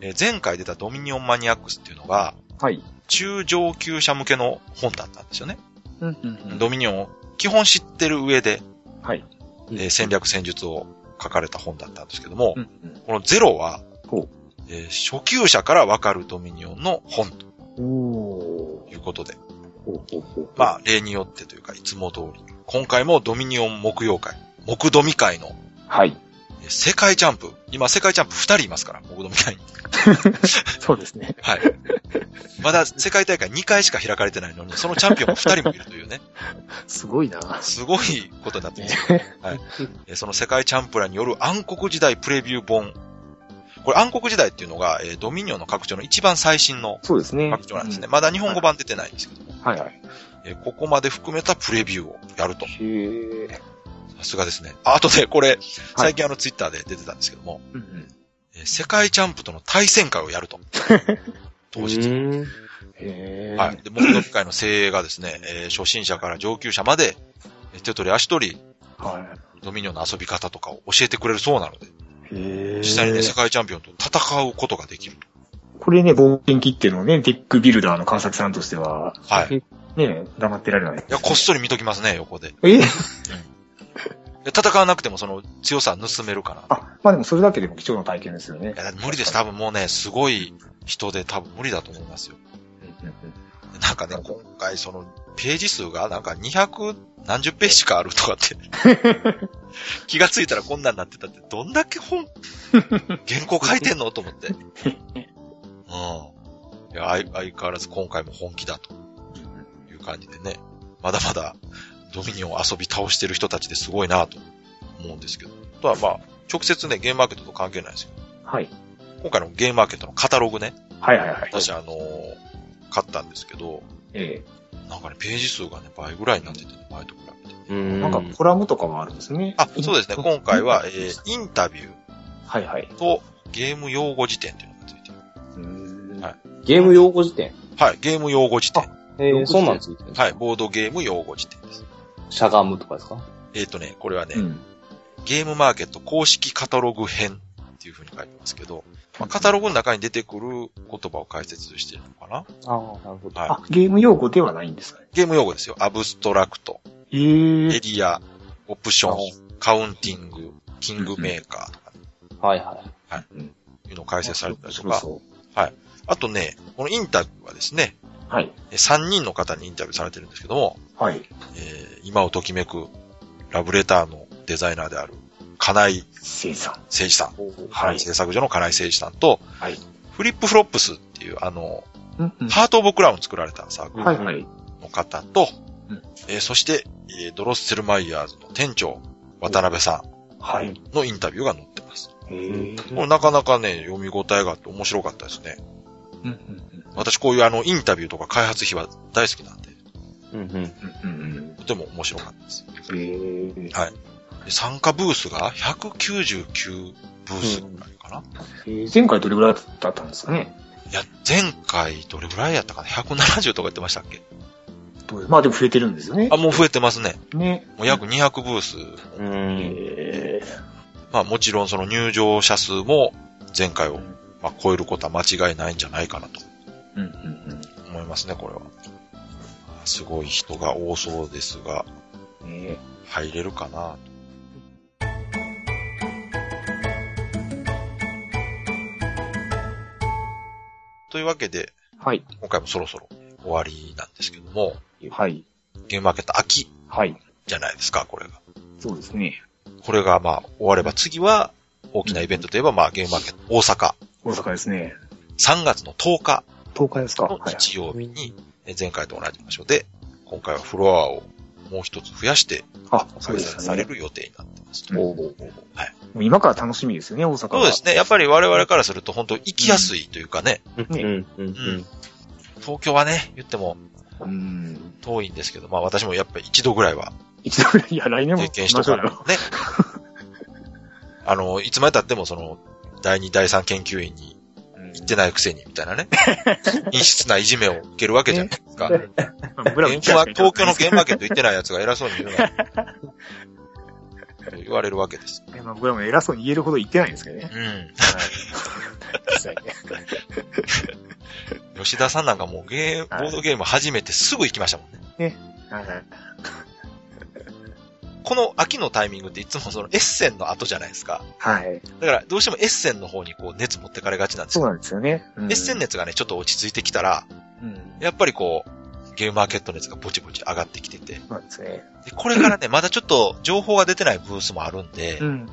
Speaker 1: えー前回出たドミニオンマニアックスっていうのが、
Speaker 2: はい。
Speaker 1: 中上級者向けの本だったんですよね。
Speaker 2: うんうんうん
Speaker 1: ドミニオンを基本知ってる上で、
Speaker 2: はい。
Speaker 1: えー戦略戦術を書かれた本だったんですけども、
Speaker 2: うんうん
Speaker 1: このゼロは
Speaker 2: ほう、
Speaker 1: えー初級者からわかるドミニオンの本と
Speaker 2: お
Speaker 1: いうことで、
Speaker 2: ー。
Speaker 1: まあ例によってというかいつも通り、今回もドミニオン木曜会、木ドミ会の
Speaker 2: はい。
Speaker 1: えー世界チャンプ、今世界チャンプ2人いますから、木ドミ会に。
Speaker 2: そうですね。
Speaker 1: はい。まだ世界大会2回しか開かれてないのに、そのチャンピオンが2人もいるというね、
Speaker 2: すごいな。
Speaker 1: すごいことになってます。えーその世界チャンプラーによる暗黒時代プレビュー本。これ暗黒時代っていうのが、えードミニオンの拡張の一番最新の
Speaker 2: そうですね。
Speaker 1: 拡張なんですね。
Speaker 2: う
Speaker 1: まだ日本語版出てないんですけど、
Speaker 2: はいはい。
Speaker 1: えーここまで含めたプレビューをやると。
Speaker 3: へえ。
Speaker 1: さすがですね。ああとで、これ、最近あのツイッターで出てたんですけども、
Speaker 2: うんうん
Speaker 1: えー世界チャンプとの対戦会をやる と。当
Speaker 3: う
Speaker 1: 日。
Speaker 3: ーん。
Speaker 2: へー
Speaker 1: はい。。で、木曜日会の精鋭がですね、えー初心者から上級者まで、えー手取り足取り、
Speaker 2: は
Speaker 1: ドミニオンの遊び方とかを教えてくれるそうなので、
Speaker 2: い。へー
Speaker 1: 実際にね、世界チャンピオンと戦うことができる。
Speaker 2: これね、冒険切ってのね、テックビルダーの川崎さんとしては、
Speaker 1: はい。
Speaker 2: ね、黙ってられない。
Speaker 1: いや、こっそり見ときますね、横で。
Speaker 2: え
Speaker 1: で戦わなくてもその強さ盗めるかな。
Speaker 2: あ、まあでもそれだけでも貴重な体験ですよね
Speaker 1: い。や、だって無理です。多分もうね、すごい人で多分無理だと思いますよ。
Speaker 2: うんうんうん
Speaker 1: なんかね、今回その、ページ数がなんか200何十ページしかあるとかって。気がついたらこんなんなってたって、どんだけ本、原稿書いてんのと思って。うん。いや、相相変わらず今回も本気だという感じでね。まだまだドミニオンを遊び倒してる人たちですごいなと思うんですけど。あとはまあ、直接ね、ゲームマーケットと関係ないですけど、
Speaker 2: はい。
Speaker 1: 今回のゲームマーケットのカタログね、
Speaker 2: はいはいはい。
Speaker 1: 私あのー買ったんですけど、
Speaker 2: え
Speaker 1: なんかね、ページ数がね、倍ぐらいになってて、前と比べて。
Speaker 2: え
Speaker 3: うん。
Speaker 2: なんかコラムとかもあるんですね。
Speaker 1: あ、そうですね、今回は、えーインタビュ
Speaker 2: はいはい。
Speaker 1: ーとゲーム用語辞典っていうのがついてる。
Speaker 2: うーん
Speaker 1: はい
Speaker 3: ゲーム用語辞典。
Speaker 1: はい、ゲーム用語辞典。
Speaker 3: えー、そんなんついてる
Speaker 1: はい、ボードゲーム用語辞典です。
Speaker 3: しゃがむとかですか
Speaker 1: えっ、とね、これはね、
Speaker 2: うん。
Speaker 1: ゲームマーケット公式カタログ編っていう風に書いてますけど、まあ、カタログの中に出てくる言葉を解説してるのかな
Speaker 3: ああ、なるほど。
Speaker 1: はい。
Speaker 2: あ、ゲーム用語ではないんですかね。
Speaker 1: ゲーム用語ですよ。アブストラクト、
Speaker 2: え
Speaker 1: エ
Speaker 2: ー、
Speaker 1: リア、オプション、カウンティング、キングメーカーとか
Speaker 3: はいはい。
Speaker 1: いうのを解説されたりと
Speaker 2: そう
Speaker 1: か、
Speaker 2: そう
Speaker 1: あとね、このインタビューはですね、
Speaker 2: はい。
Speaker 1: 3人の方にインタビューされてるんですけども、
Speaker 2: はい。
Speaker 1: えー今をときめくラブレターのデザイナーである、金井
Speaker 2: せいさん。
Speaker 1: 誠二さん、
Speaker 2: は
Speaker 1: 製作所の金井誠二さんと、
Speaker 2: はい
Speaker 1: フリップフロップスっていう、あの、
Speaker 2: うんうん
Speaker 1: ハート・オブ・クラウン作られたサークル
Speaker 2: はいはい。
Speaker 1: の方と、
Speaker 2: うん
Speaker 1: えーそして、えードロッセルマイヤーズの店長、渡辺さ
Speaker 2: はい。
Speaker 1: んのインタビューが載ってます。
Speaker 2: えー
Speaker 1: これなかなかね、読み応えがあって面白かったですね。
Speaker 2: うんうん
Speaker 1: 私こういうあの、インタビューとか開発費は大好きなんで、
Speaker 3: うんうん。
Speaker 2: うんうんうん
Speaker 1: とても面白かったです。
Speaker 2: えー
Speaker 1: で参加ブースが199ブースぐらいかな。
Speaker 2: 前回どれぐらいだったんですかね
Speaker 1: いや、前回どれぐらいやったかな ?170 とか言ってましたっけ
Speaker 2: どうまあでも増えてるんですよね
Speaker 1: あ、。もう増えてますね。
Speaker 2: ね。
Speaker 1: もう約200ブース。
Speaker 3: うん。
Speaker 2: え
Speaker 1: まあもちろんその入場者数も前回を、まあ、超えることは間違いないんじゃないかなと
Speaker 2: ーうんうん
Speaker 1: 思いますね、これは。すごい人が多そうですが、
Speaker 2: うんね
Speaker 1: 入れるかなと。というわけで、
Speaker 2: はい。
Speaker 1: 今回もそろそろ終わりなんですけども、
Speaker 2: はい。
Speaker 1: ゲームマーケット秋
Speaker 2: はい。
Speaker 1: じゃないですか、これが。
Speaker 2: そうですね。
Speaker 1: これがまあ終われば次は大きなイベントといえばまあゲームマーケット大阪
Speaker 2: 大阪ですね。
Speaker 1: 3月の10日
Speaker 2: 10日ですか。
Speaker 1: の
Speaker 2: はい。
Speaker 1: 日曜日にえ前回と同じ場所で今回はフロアをもう一つ増やして
Speaker 2: あ、そう
Speaker 1: 開
Speaker 2: です
Speaker 1: 催さ
Speaker 2: よ
Speaker 1: れ
Speaker 2: ね。
Speaker 1: る予定になってますと。
Speaker 2: うん
Speaker 3: おー
Speaker 2: もう今から楽しみですよね、大阪は。
Speaker 1: そうですね。やっぱり我々からすると本当行きやすいというかね、
Speaker 3: うんうんうん。
Speaker 1: 東京はね、言っても
Speaker 2: うん。
Speaker 1: 遠いんですけど、まあ私もやっぱり一度ぐらいは
Speaker 2: 一度ぐらい、いや、来年も
Speaker 1: 経験しとかない
Speaker 2: よ。
Speaker 1: とね。 あの、いつまで経ってもその、第二、第三研究員に行ってないくせに、みたいな ね。陰湿ないじめを受けるわけじゃないですか。
Speaker 2: 僕らも行き
Speaker 1: 東
Speaker 2: たい
Speaker 1: 京のゲームマーケット行ってない奴が偉そうに言うな。 と言われるわけです。
Speaker 2: まあ僕らも偉そうに言えるほど行ってないんですけどね。
Speaker 1: うん。
Speaker 2: 実際ね。
Speaker 1: 吉田さんなんかもうゲー、ボードゲーム始めてすぐ行きましたもんね。この秋のタイミングっていつもそのエッセンの後じゃないですか。
Speaker 2: はい。
Speaker 1: だからどうしてもエッセンの方にこう熱持ってかれがちなんです
Speaker 2: そう
Speaker 1: よ。
Speaker 2: なんですよね。うん
Speaker 1: エッセン熱がね、ちょっと落ち着いてきたら、
Speaker 2: うん。
Speaker 1: やっぱりこう、ゲームマーケット熱がぼちぼち上がってきてて。
Speaker 2: そうなんですね。
Speaker 1: でこれ からね、まだちょっと情報が出てないブースもあるんで、
Speaker 2: ん。うん。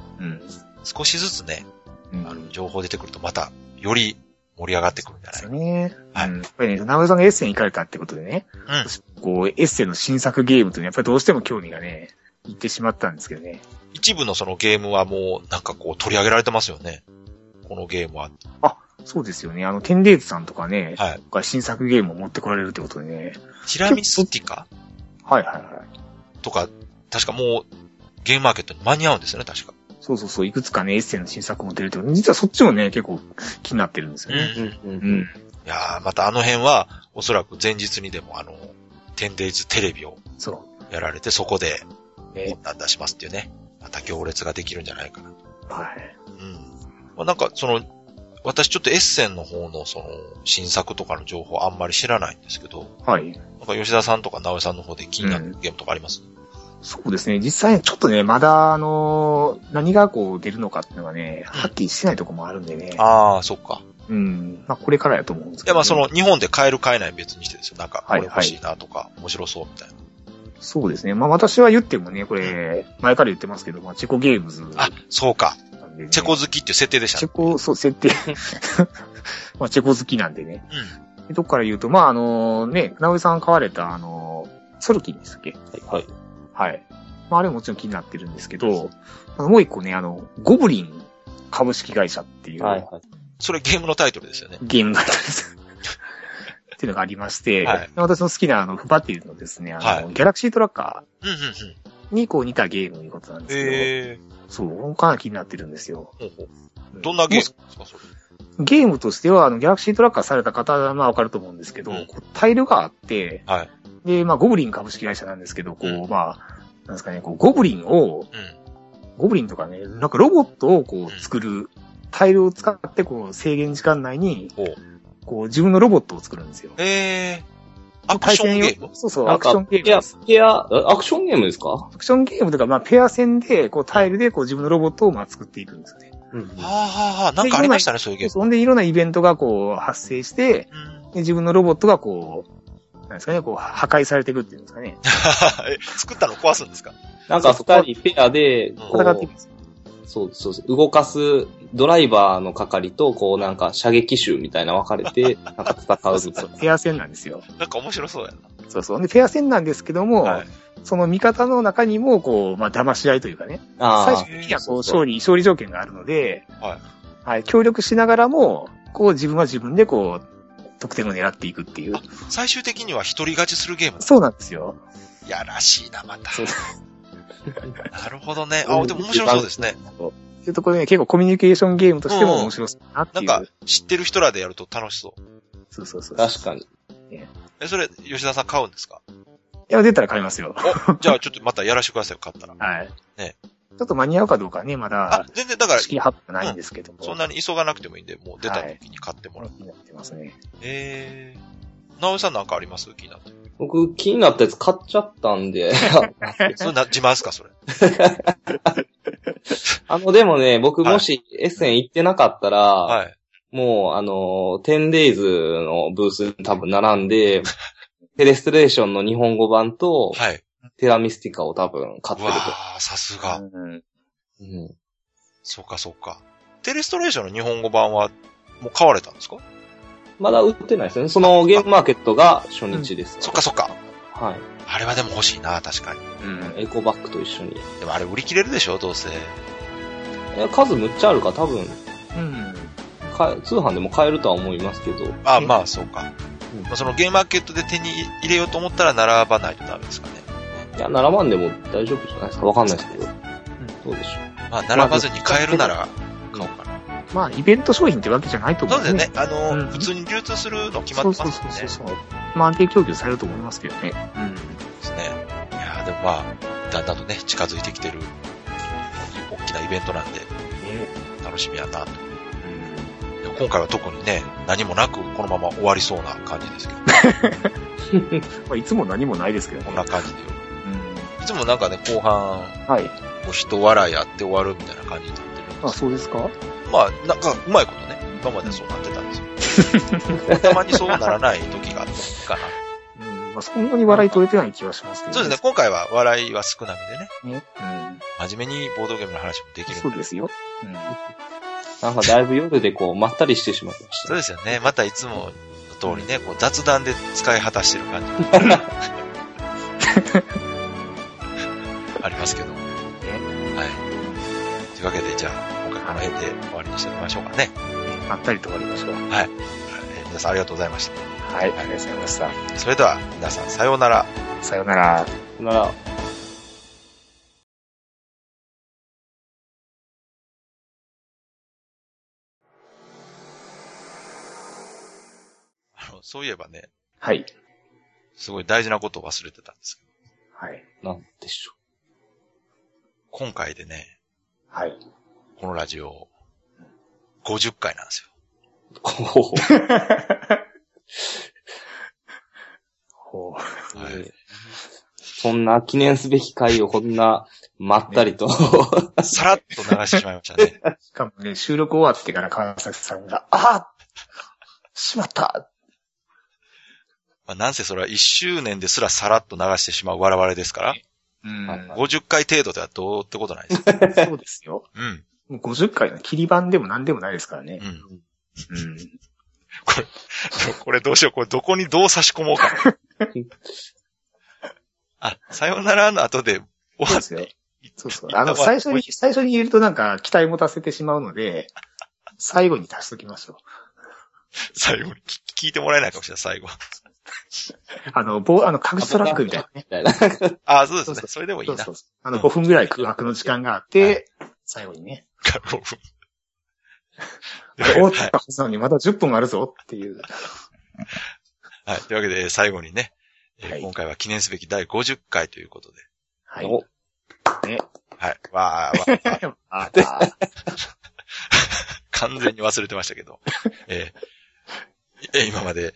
Speaker 1: 少しずつね、
Speaker 2: うん
Speaker 1: あの、情報出てくるとまた、より盛り上がってくるんじゃ
Speaker 2: ですよ
Speaker 1: ない
Speaker 2: ね。
Speaker 1: はい
Speaker 2: うんやっぱりね、ナウさんがエッセンに行かれたってことでね、
Speaker 1: うん。
Speaker 2: こう、エッセンの新作ゲームというのは、やっぱりどうしても興味がね、いってしまったんですけどね。
Speaker 1: 一部のそのゲームはもう、なんかこう取り上げられてますよね。このゲームは。
Speaker 2: そうですよね。あの、テンデイズさんとかね、
Speaker 1: はい
Speaker 2: 今回新作ゲームを持ってこられるってことでね。
Speaker 1: ティラミスティカ
Speaker 2: はいはいはい。
Speaker 1: とか、確かもう、ゲームマーケットに間に合うんですよね、確か。
Speaker 2: そうそうそう、いくつかね、エッセンの新作も出るってこと実はそっちもね、結構気になってるんですよね。
Speaker 1: い
Speaker 3: うん
Speaker 2: うん。
Speaker 1: やー、またあの辺は、おそらく前日にでもあの、テンデイズテレビを
Speaker 2: そ
Speaker 1: やられて、そこで、
Speaker 2: う。ね、
Speaker 1: こんなん出しますっていうね。また行列ができるんじゃないかな。
Speaker 2: はい。
Speaker 1: うん。まあ、なんか、その、私ちょっとエッセンの方の、その、新作とかの情報あんまり知らないんですけど、
Speaker 2: はい。
Speaker 1: なんか吉田さんとか直江さんの方で気になるゲームとかあります、
Speaker 2: そうですね。実際、ちょっとね、まだ、あのー何がこう出るのかっていうのがね、はっきりしてないとこもあるんでね。
Speaker 1: ああ、そっか。
Speaker 2: うん。まあ、これからやと思うんです
Speaker 1: い
Speaker 2: け
Speaker 1: や、
Speaker 2: ど、
Speaker 1: まあその、日本で買える買えない別にしてですよ。なんか、こ
Speaker 2: はい
Speaker 1: れ欲しいなとか、面白そうみたいな。
Speaker 2: そうですね。まあ、私は言ってもね、これ、前から言ってますけど、まあ、チェコゲームズな
Speaker 1: あ
Speaker 2: んで、
Speaker 1: そうか。
Speaker 2: ね、
Speaker 1: チェコ好きっていう設定でした
Speaker 2: チェ
Speaker 1: ね。
Speaker 2: コ、そう、設定。 まあ、チェコ好きなんでね。でどっから言うと、まあ、あのね、直江さん買われた、あのソルキンでしたっけ
Speaker 3: はい。
Speaker 2: はい。まあ、あれももちろん気になってるんですけど、あのもう一個ね、あの、ゴブリン株式会社っていう
Speaker 3: はい。はい。
Speaker 1: それゲームのタイトルですよね。
Speaker 2: ゲームだったんです。 っていうのがありまして、
Speaker 1: はい
Speaker 2: 私の好きなあの、フバティのですね、あの、
Speaker 1: は
Speaker 2: ギャラクシートラッカ
Speaker 1: うんうんうん。
Speaker 2: ーにこう似たゲームということなんですけど、
Speaker 1: ええ
Speaker 2: そう、かなり気になってるんですよ。
Speaker 1: ほうほうどんなゲームですか、それ。
Speaker 2: ゲームとしては、あの、ギャラクシートラッカーされた方は、まあ、わかると思うんですけど、
Speaker 1: うん
Speaker 2: こうタイルがあって、
Speaker 1: はい
Speaker 2: で、まあ、ゴブリン株式会社なんですけど、こう、
Speaker 1: うん
Speaker 2: まあ、なんですかね、こう、ゴブリンを、
Speaker 1: う
Speaker 2: ゴブリンとかね、なんかロボットをこう、作る、タイルを使って、こう、制限時間内に、
Speaker 1: ん。ほう。
Speaker 2: こう、自分のロボットを作るんですよ。
Speaker 1: ええアクションゲーム
Speaker 2: ムそうそう、
Speaker 3: な
Speaker 2: ア
Speaker 3: ん
Speaker 2: クショ
Speaker 3: か
Speaker 2: ンゲーム
Speaker 3: ペア
Speaker 2: です。、
Speaker 3: ペア、あアクションゲームですか
Speaker 2: アクションゲームとか、まあ、ペア戦で、こう、タイルで、こう、自分のロボットを、まあ、作っていくんですよね。
Speaker 3: うんうん
Speaker 1: はあはあはあ、なんかありましたね、そういうゲ
Speaker 2: で
Speaker 1: ーム。
Speaker 2: そんで、いろんなイベントが、こう、発生して、
Speaker 1: うん
Speaker 2: で、自分のロボットが、こう、なんですかね、こう、破壊されていくっていうんですかね。
Speaker 1: え作ったの壊すんですか
Speaker 3: なんか二人ペアで、こ
Speaker 2: 戦っていくん
Speaker 3: う
Speaker 2: で、すよ。
Speaker 3: そうそうそう、動かすドライバーの係と、こうなんか射撃手みたいな分かれて、なんか戦うみたいな。
Speaker 2: ペア戦なんですよ。
Speaker 1: なんか面白そうやな。
Speaker 2: そうそう。で、ペア戦なんですけども、
Speaker 1: はい。
Speaker 2: その味方の中にも、こう、まあ、騙し合いというかね、 最
Speaker 3: あ
Speaker 2: 終的には
Speaker 3: そ
Speaker 2: こう、
Speaker 3: うそう
Speaker 2: 勝利、勝利条件があるので、。
Speaker 1: はい
Speaker 2: 協力しながらも、こう、自分は自分で、こう、得点を狙っていくっていう。
Speaker 1: 最終的には一人勝ちするゲーム。
Speaker 2: そうなんですよ。
Speaker 1: やらしいな、また。
Speaker 2: そう
Speaker 1: なるほどね。あ、でも面白そうですね。
Speaker 2: というところで、ね、結構コミュニケーションゲームとしても面白そうなって
Speaker 1: ないん
Speaker 2: う。
Speaker 1: か、知ってる人らでやると楽しそう。
Speaker 2: そうそうそう。
Speaker 3: あ。確かに。
Speaker 1: え、それ、吉田さん買うんですか
Speaker 2: いや、出たら買いますよ。
Speaker 1: お、じゃあちょっとまたやらしてくださいよ、買ったら。
Speaker 2: はい。
Speaker 1: ね
Speaker 2: ちょっと間に合うかどうかね、ま
Speaker 1: あ
Speaker 2: だ、、
Speaker 1: 全然だから、
Speaker 2: 式発表ないんですけども。
Speaker 1: そんなに急がなくてもいいんで、もう出た時に買ってもらう。
Speaker 2: 気になってますね。
Speaker 1: えー。なおさんなんかあります気になってる。
Speaker 3: 僕気になったやつ買っちゃったんで。
Speaker 1: それな、自慢ですかそれ。
Speaker 3: あの、でもね、僕もしエッセン行ってなかったら、
Speaker 1: はい。
Speaker 3: もう、あの、10 days のブースに多分並んで、テレストレーションの日本語版と、
Speaker 1: はい。
Speaker 3: テラミスティカを多分買っ
Speaker 1: う
Speaker 3: てる
Speaker 1: わー、さすが。
Speaker 2: うん
Speaker 3: と。うん
Speaker 1: そうか、そうか。テレストレーションの日本語版は、もう買われたんですか
Speaker 3: まだ売ってないですよね。そのゲームマーケットが初日です。
Speaker 1: そっか、そっか。
Speaker 3: はい。
Speaker 1: あれはでも欲しいな、確かに。
Speaker 2: うん
Speaker 3: エコバッグと一緒に。
Speaker 1: でもあれ売り切れるでしょ、どうせ。
Speaker 3: え数むっちゃあるから多分、
Speaker 2: うん。
Speaker 3: か通販でも買えるとは思いますけど。
Speaker 1: あ、
Speaker 2: え
Speaker 1: まあ、そうか
Speaker 3: うん。
Speaker 1: まあ、そのゲームマーケットで手に入れようと思ったら並ばないとダメですかね。
Speaker 3: いや、7万でも大丈夫じゃないですか。わかんないですけど。どうでしょ
Speaker 1: まあ、並ばずに買えるなら買おうかな。
Speaker 2: まあ、イベント商品ってわけじゃないと思
Speaker 1: そううんだよね。あの、
Speaker 2: うん
Speaker 1: 普通に流通するの決まって
Speaker 2: そ
Speaker 1: ますも
Speaker 2: うそ
Speaker 1: ん
Speaker 2: う
Speaker 1: ね。
Speaker 2: そうそうそう。まあ、安定供給されると思いますけどね。
Speaker 1: ですね。いやーでもまあ、だんだんとね、近づいてきてる、大きなイベントなんで、
Speaker 2: うん。ね
Speaker 1: 楽しみやなと。
Speaker 2: うん
Speaker 1: でど、今回は特にね、何もなく、このまま終わりそうな感じですけど、
Speaker 2: まあ、いつも何もないですけど
Speaker 1: こん
Speaker 2: ね
Speaker 1: な。感じで。
Speaker 2: うん
Speaker 1: いつもなんかね、後半、
Speaker 2: はい。
Speaker 1: こう人笑いあって終わるみたいな感じになってるんですけど
Speaker 2: あ、そうですか
Speaker 1: まあ、なんか、うまいことね、今までそうなってたんです よ。たまにそうならない時があるかな。
Speaker 2: うん。まあ、そんなに笑い取れてない気がしますけど、
Speaker 1: そうですね、今回は笑いは少なめでね、
Speaker 2: ね。うん。
Speaker 1: 真面目にボードゲームの話もできるんで。
Speaker 2: そうですよ。うん。
Speaker 3: なんかだいぶ夜でこう、まったりしてしまいまし
Speaker 1: そうですよね、またいつもの通りね、こう雑談で使い果たしてる感じ。ありますけど。はい。というわけで、じゃあ、今回この辺で終わりにしてみましょうかね。
Speaker 2: まったりと終わりましょう。
Speaker 1: えー皆さんありがとうございました。
Speaker 2: はい、ありがとうございました。
Speaker 1: それでは、皆さんさようなら。
Speaker 2: さようなら。
Speaker 3: た。なら、
Speaker 1: あの、そういえばね、
Speaker 2: はい。
Speaker 1: すごい大事なことを忘れてたんですけど、
Speaker 2: はい。
Speaker 3: なんでしょ
Speaker 1: 今回でね、
Speaker 2: はい。
Speaker 1: このラジオ、50回なんですよ。
Speaker 3: う。こ
Speaker 2: ほう。
Speaker 3: う、
Speaker 1: はい
Speaker 3: ねそんな記念すべき回をこんな、まったりと、
Speaker 1: さらっと流してしまいましたね。
Speaker 2: しかもね、収録終わってから川崎さんが、ああしまった
Speaker 1: まあ、なんせそれは1周年ですらさらっと流してしまう我々ですから、
Speaker 2: うん
Speaker 3: はいは
Speaker 1: 50回程度ではどうってことない です。
Speaker 2: そうですよ。
Speaker 1: うん。
Speaker 2: もう50回の切り版でも何でもないですからね
Speaker 1: う。ん。
Speaker 2: うん。
Speaker 1: これどうしよう。これどこにどう差し込もう か。あ、さようならの後で終
Speaker 2: そう
Speaker 1: わ
Speaker 2: で
Speaker 1: っ
Speaker 2: すよ
Speaker 1: て。。
Speaker 2: そうそう。あの、最初に、最初に言うとなんか期待持たせてしまうので、最後に足しときましょう。
Speaker 1: 最後に聞聞いてもらえないかもしれない、最後。
Speaker 2: あの、棒、あの、隠しトラックみたいなね。
Speaker 3: みたいな。
Speaker 1: あ、そうです
Speaker 2: そうそ
Speaker 1: ね。それでもいい
Speaker 2: そう
Speaker 1: な。
Speaker 2: そうそう。あの、5分ぐらい空白の時間があって、最後にね。
Speaker 1: 5分。
Speaker 2: お
Speaker 1: は
Speaker 2: っ
Speaker 1: い
Speaker 2: て言ったはずなのに、まだ10分あるぞっていう。
Speaker 1: はい。というわけで、最後にね、えー
Speaker 2: はい
Speaker 1: 今回は記念すべき第50回ということで。
Speaker 2: はい。
Speaker 1: は
Speaker 3: お
Speaker 1: い。わーわーわー
Speaker 2: ああ
Speaker 1: 完全に忘れてましたけど。えーえー今まで、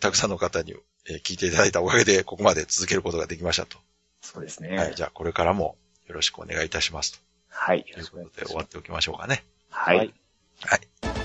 Speaker 1: たくさんの方に、えー聞いていただいたおかげで、ここまで続けることができましたと。
Speaker 2: そうです
Speaker 1: はい。
Speaker 2: ね。
Speaker 1: じゃあ、これからもよろしくお願いいたします。
Speaker 2: はい。
Speaker 1: ということで、終わっておきましょうかね。
Speaker 2: は
Speaker 3: はいい。